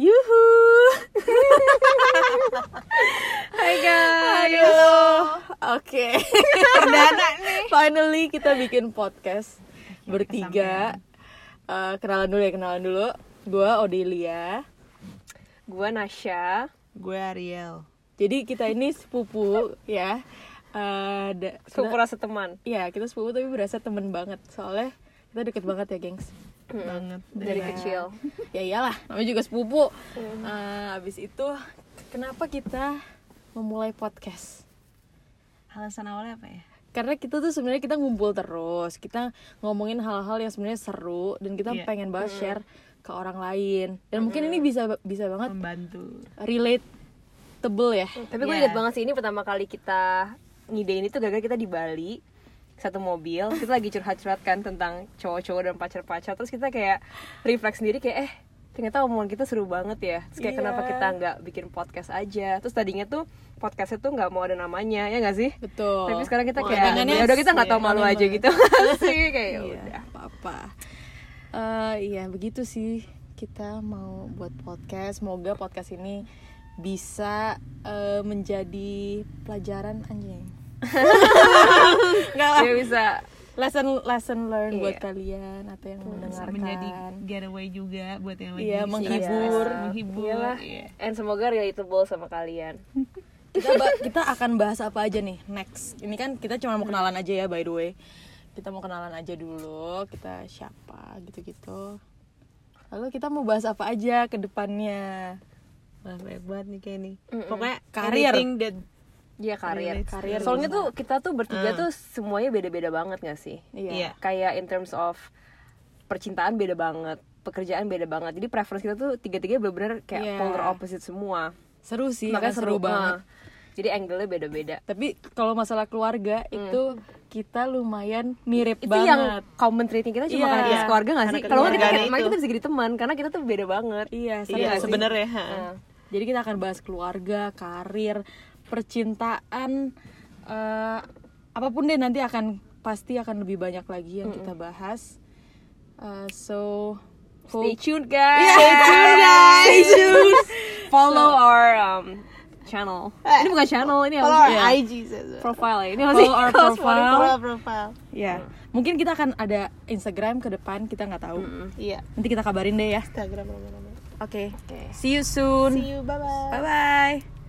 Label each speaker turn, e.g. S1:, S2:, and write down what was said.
S1: Yuhu. Hai guys. Oke.
S2: Oh. Perdana nih.
S1: Finally kita bikin podcast bertiga. Eh, kenalan dulu ya, kenalan dulu. Gua Odelia.
S3: Gue Nasya.
S2: Gue Ariel.
S1: Jadi kita ini sepupu ya. Eh, da-
S3: Sepupu rasa teman.
S1: Iya, kita sepupu tapi berasa temen banget. Soalnya kita deket banget ya, gengs.
S2: Banget.
S3: Dari
S1: Iya.
S3: kecil.
S1: Ya iyalah, namanya juga sepupu.
S2: Iya.
S1: Eh, abis itu, kenapa kita memulai podcast?
S2: Alasan awalnya apa ya?
S1: karena kita tuh sebenarnya kita ngumpul terus kita ngomongin hal-hal yang sebenarnya seru dan kita
S2: Iya.
S1: pengen banget share ke orang lain dan mungkin ini bisa bisa banget
S2: Membantu.
S1: relate tebel ya
S3: Tapi gue
S2: Iya.
S3: inget banget sih ini pertama kali kita ngide ini tuh gara-gara kita di Bali satu mobil kita lagi curhat-curhat kan tentang cowok-cowok dan pacar-pacar terus kita kayak refleks sendiri kayak eh ternyata omongan kita seru banget ya terus kayak
S1: Iya.
S3: kenapa kita nggak bikin podcast aja terus tadinya tuh podcastnya tuh nggak mau ada namanya ya nggak sih
S1: betul
S3: tapi sekarang kita
S1: Wah,
S3: kayak
S1: pengennya
S3: ya udah kita nggak tahu
S1: sih,
S3: malu
S1: aneh
S3: aja
S1: banget.
S3: gitu sih kayak
S1: iya
S3: ya udah
S1: apa apa Eh, iya begitu sih kita mau buat podcast semoga podcast ini bisa eh, menjadi pelajaran anjing Enggak lah.
S3: Dia bisa
S1: lesson lesson learn buat
S3: Iya.
S1: kalian atau yang
S2: Bisa
S1: mendengarkan
S2: menjadi getaway juga buat yang lagi
S1: Iya,
S2: stres,
S1: menghibur.
S2: menghibur.
S3: Iyalah.
S2: Iya.
S3: and semoga relatable sama kalian
S1: kita ba- kita akan bahas apa aja nih next ini kan kita cuma mau kenalan aja ya by the way kita mau kenalan aja dulu kita siapa gitu-gitu lalu kita mau bahas apa aja ke depannya
S2: Wah, banyak banget nih kayak nih.
S3: Mm-mm.
S2: Pokoknya
S1: Karir.
S2: anything that
S3: Iya karir.
S2: Relates
S1: Karir.
S3: Soalnya tuh kita tuh bertiga tuh semuanya beda-beda banget gak sih?
S1: Mm. iya
S2: Iya.
S3: Kayak in terms of percintaan beda banget, pekerjaan beda banget. Jadi preference kita tuh tiga-tiga bener-bener kayak
S1: Iya.
S3: polar opposite semua. Iya,
S1: seru sih
S3: Makanya
S1: kan seru, banget
S3: ah. Jadi angle-nya beda-beda.
S1: tapi kalau masalah keluarga itu kita lumayan mirip
S3: Itu yang
S1: banget
S3: common treating kita cuma
S1: Iya.
S3: karena kita sekeluarga gak sih?
S2: Karena
S3: Kalau nggak kita
S2: kekeluargaan
S3: kayak, makanya
S2: itu.
S3: kita bisa jadi teman karena kita tuh beda banget.
S1: iya seru
S2: Iya,
S1: sih.
S2: sebenarnya ha.
S3: Nah,
S1: Jadi kita akan bahas keluarga, karir, percintaan, eh, apapun deh nanti akan pasti akan lebih banyak lagi yang kita bahas. Eh, so hope-
S3: Stay tuned guys.
S1: Stay tuned, guys.
S3: Follow our um, channel. Ini bukan channel, ini
S2: Eh. Follow
S3: apa?
S2: our
S1: Iya.
S2: IG saja.
S3: profile ya. Ini masih
S1: Follow our profile.
S2: Profile, profile.
S1: Ya, mungkin kita akan ada Instagram ke depan kita nggak tahu.
S2: Iya.
S1: Nanti kita kabarin deh ya.
S2: Instagram nama-nama.
S1: Oke. See you soon.
S2: See you, bye-bye.
S1: Bye bye.